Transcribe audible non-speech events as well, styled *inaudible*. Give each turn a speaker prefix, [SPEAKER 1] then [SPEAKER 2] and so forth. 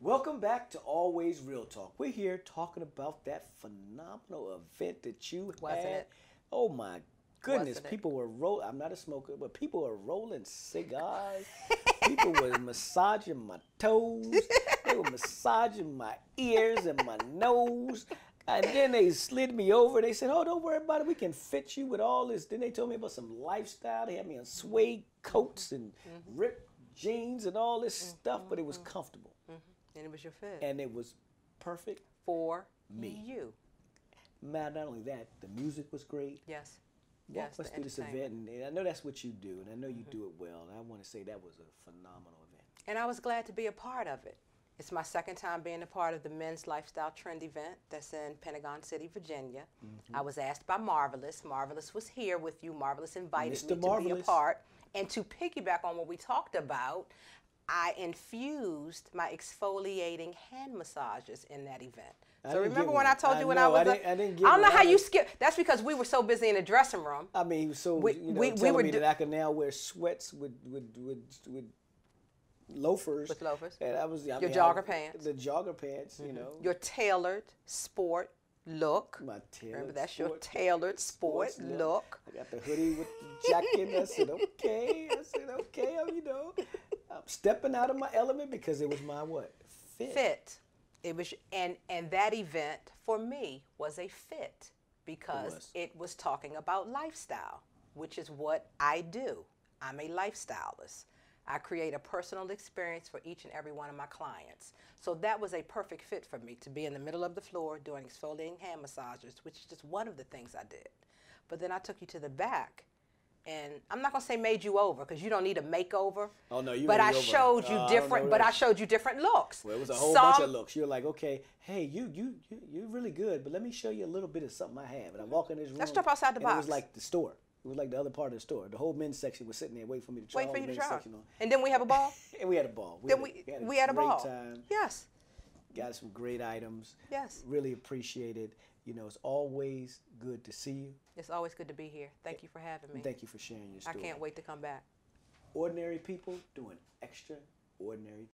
[SPEAKER 1] Welcome back to Always Real Talk. We're here talking about that phenomenal event that you
[SPEAKER 2] Wasn't
[SPEAKER 1] had.
[SPEAKER 2] it?
[SPEAKER 1] Oh my goodness,
[SPEAKER 2] Wasn't it?
[SPEAKER 1] people were roll. I'm not a smoker, but people were rolling cigars. people
[SPEAKER 2] *laughs*
[SPEAKER 1] were massaging my toes. They were massaging my ears and my nose. And then they slid me over. They said, "Oh, don't worry about it. We can fit you with all this." Then they told me about some lifestyle. They had me in suede coats and
[SPEAKER 2] Mm-hmm.
[SPEAKER 1] ripped jeans and all this stuff, but it was comfortable
[SPEAKER 2] And it was your fit
[SPEAKER 1] and it was perfect.
[SPEAKER 2] for me. You.
[SPEAKER 1] Man, not only that, the music was great.
[SPEAKER 2] Yes.
[SPEAKER 1] Walk
[SPEAKER 2] Yes,
[SPEAKER 1] us
[SPEAKER 2] the
[SPEAKER 1] through this event, and, and I know that's what you do, and I know you do it well. And I want to say that was a phenomenal event.
[SPEAKER 2] And I was glad to be a part of it. It's my second time being a part of the Men's Lifestyle Trend event that's in Pentagon City, Virginia.
[SPEAKER 1] Mm-hmm.
[SPEAKER 2] I was asked by Marvelous. Marvelous was here with you. Marvelous invited
[SPEAKER 1] Mr.
[SPEAKER 2] me to be
[SPEAKER 1] Marvelous.
[SPEAKER 2] a part. And to piggyback on what we talked about, I infused my exfoliating hand massages in that event.
[SPEAKER 1] I didn't
[SPEAKER 2] So
[SPEAKER 1] get
[SPEAKER 2] remember when I
[SPEAKER 1] one.
[SPEAKER 2] told
[SPEAKER 1] I
[SPEAKER 2] you when
[SPEAKER 1] know, I
[SPEAKER 2] I was a-
[SPEAKER 1] didn't- I didn't get
[SPEAKER 2] I don't
[SPEAKER 1] one.
[SPEAKER 2] know
[SPEAKER 1] I
[SPEAKER 2] how you
[SPEAKER 1] was-
[SPEAKER 2] skip. That's because we were so busy in the dressing room.
[SPEAKER 1] I mean, he was so
[SPEAKER 2] We-
[SPEAKER 1] you know,
[SPEAKER 2] we- we
[SPEAKER 1] telling
[SPEAKER 2] were
[SPEAKER 1] me
[SPEAKER 2] do-
[SPEAKER 1] that I can now wear sweats with with with with loafers.
[SPEAKER 2] With loafers.
[SPEAKER 1] And I was I
[SPEAKER 2] Your
[SPEAKER 1] mean, I,
[SPEAKER 2] jogger pants.
[SPEAKER 1] The jogger pants, Mm-hmm. you know.
[SPEAKER 2] Your tailored sport look.
[SPEAKER 1] my tail.
[SPEAKER 2] Remember, that's your tailored sport
[SPEAKER 1] sports
[SPEAKER 2] look.
[SPEAKER 1] I got the hoodie with the jacket. I said, okay. I said, okay. I'm, you know, I'm stepping out of my element because it was my what fit.
[SPEAKER 2] Fit. It was, and and that event for me was a fit because it
[SPEAKER 1] was.
[SPEAKER 2] was. talking about lifestyle, which is what I do. I'm a lifestylist. I create a personal experience for each and every one of my clients. So that was a perfect fit for me to be in the middle of the floor doing exfoliating hand massages, which is just one of the things I did. But then I took you to the back, and I'm not gonna say made you over because you don't need a makeover.
[SPEAKER 1] Oh, no, you
[SPEAKER 2] But
[SPEAKER 1] made
[SPEAKER 2] I
[SPEAKER 1] me over.
[SPEAKER 2] showed
[SPEAKER 1] Oh, I
[SPEAKER 2] you
[SPEAKER 1] don't know
[SPEAKER 2] different. But
[SPEAKER 1] that.
[SPEAKER 2] I showed you different looks.
[SPEAKER 1] Well, it was a whole bunch of looks. You're like, okay, hey, you, you, you, you're really good, but let me show you a little bit of something I have. And I walk in this room.
[SPEAKER 2] jump outside the
[SPEAKER 1] and It was
[SPEAKER 2] box.
[SPEAKER 1] like the store. It was like the other part of the store. The whole men's section was sitting there waiting for me to try
[SPEAKER 2] Wait
[SPEAKER 1] all
[SPEAKER 2] for
[SPEAKER 1] the
[SPEAKER 2] you to
[SPEAKER 1] men's
[SPEAKER 2] try.
[SPEAKER 1] section on.
[SPEAKER 2] And then we have
[SPEAKER 1] *laughs*
[SPEAKER 2] a ball.
[SPEAKER 1] And we had a ball. We
[SPEAKER 2] then
[SPEAKER 1] had
[SPEAKER 2] we
[SPEAKER 1] a, we had a,
[SPEAKER 2] we had a
[SPEAKER 1] great
[SPEAKER 2] ball.
[SPEAKER 1] time.
[SPEAKER 2] Yes.
[SPEAKER 1] got some great items.
[SPEAKER 2] Yes.
[SPEAKER 1] Really appreciate it. You know, it's always good to see you.
[SPEAKER 2] It's always good to be here. Thank you for having me.
[SPEAKER 1] Thank you for sharing your
[SPEAKER 2] I
[SPEAKER 1] story.
[SPEAKER 2] can't wait to come back.
[SPEAKER 1] Ordinary people doing extraordinary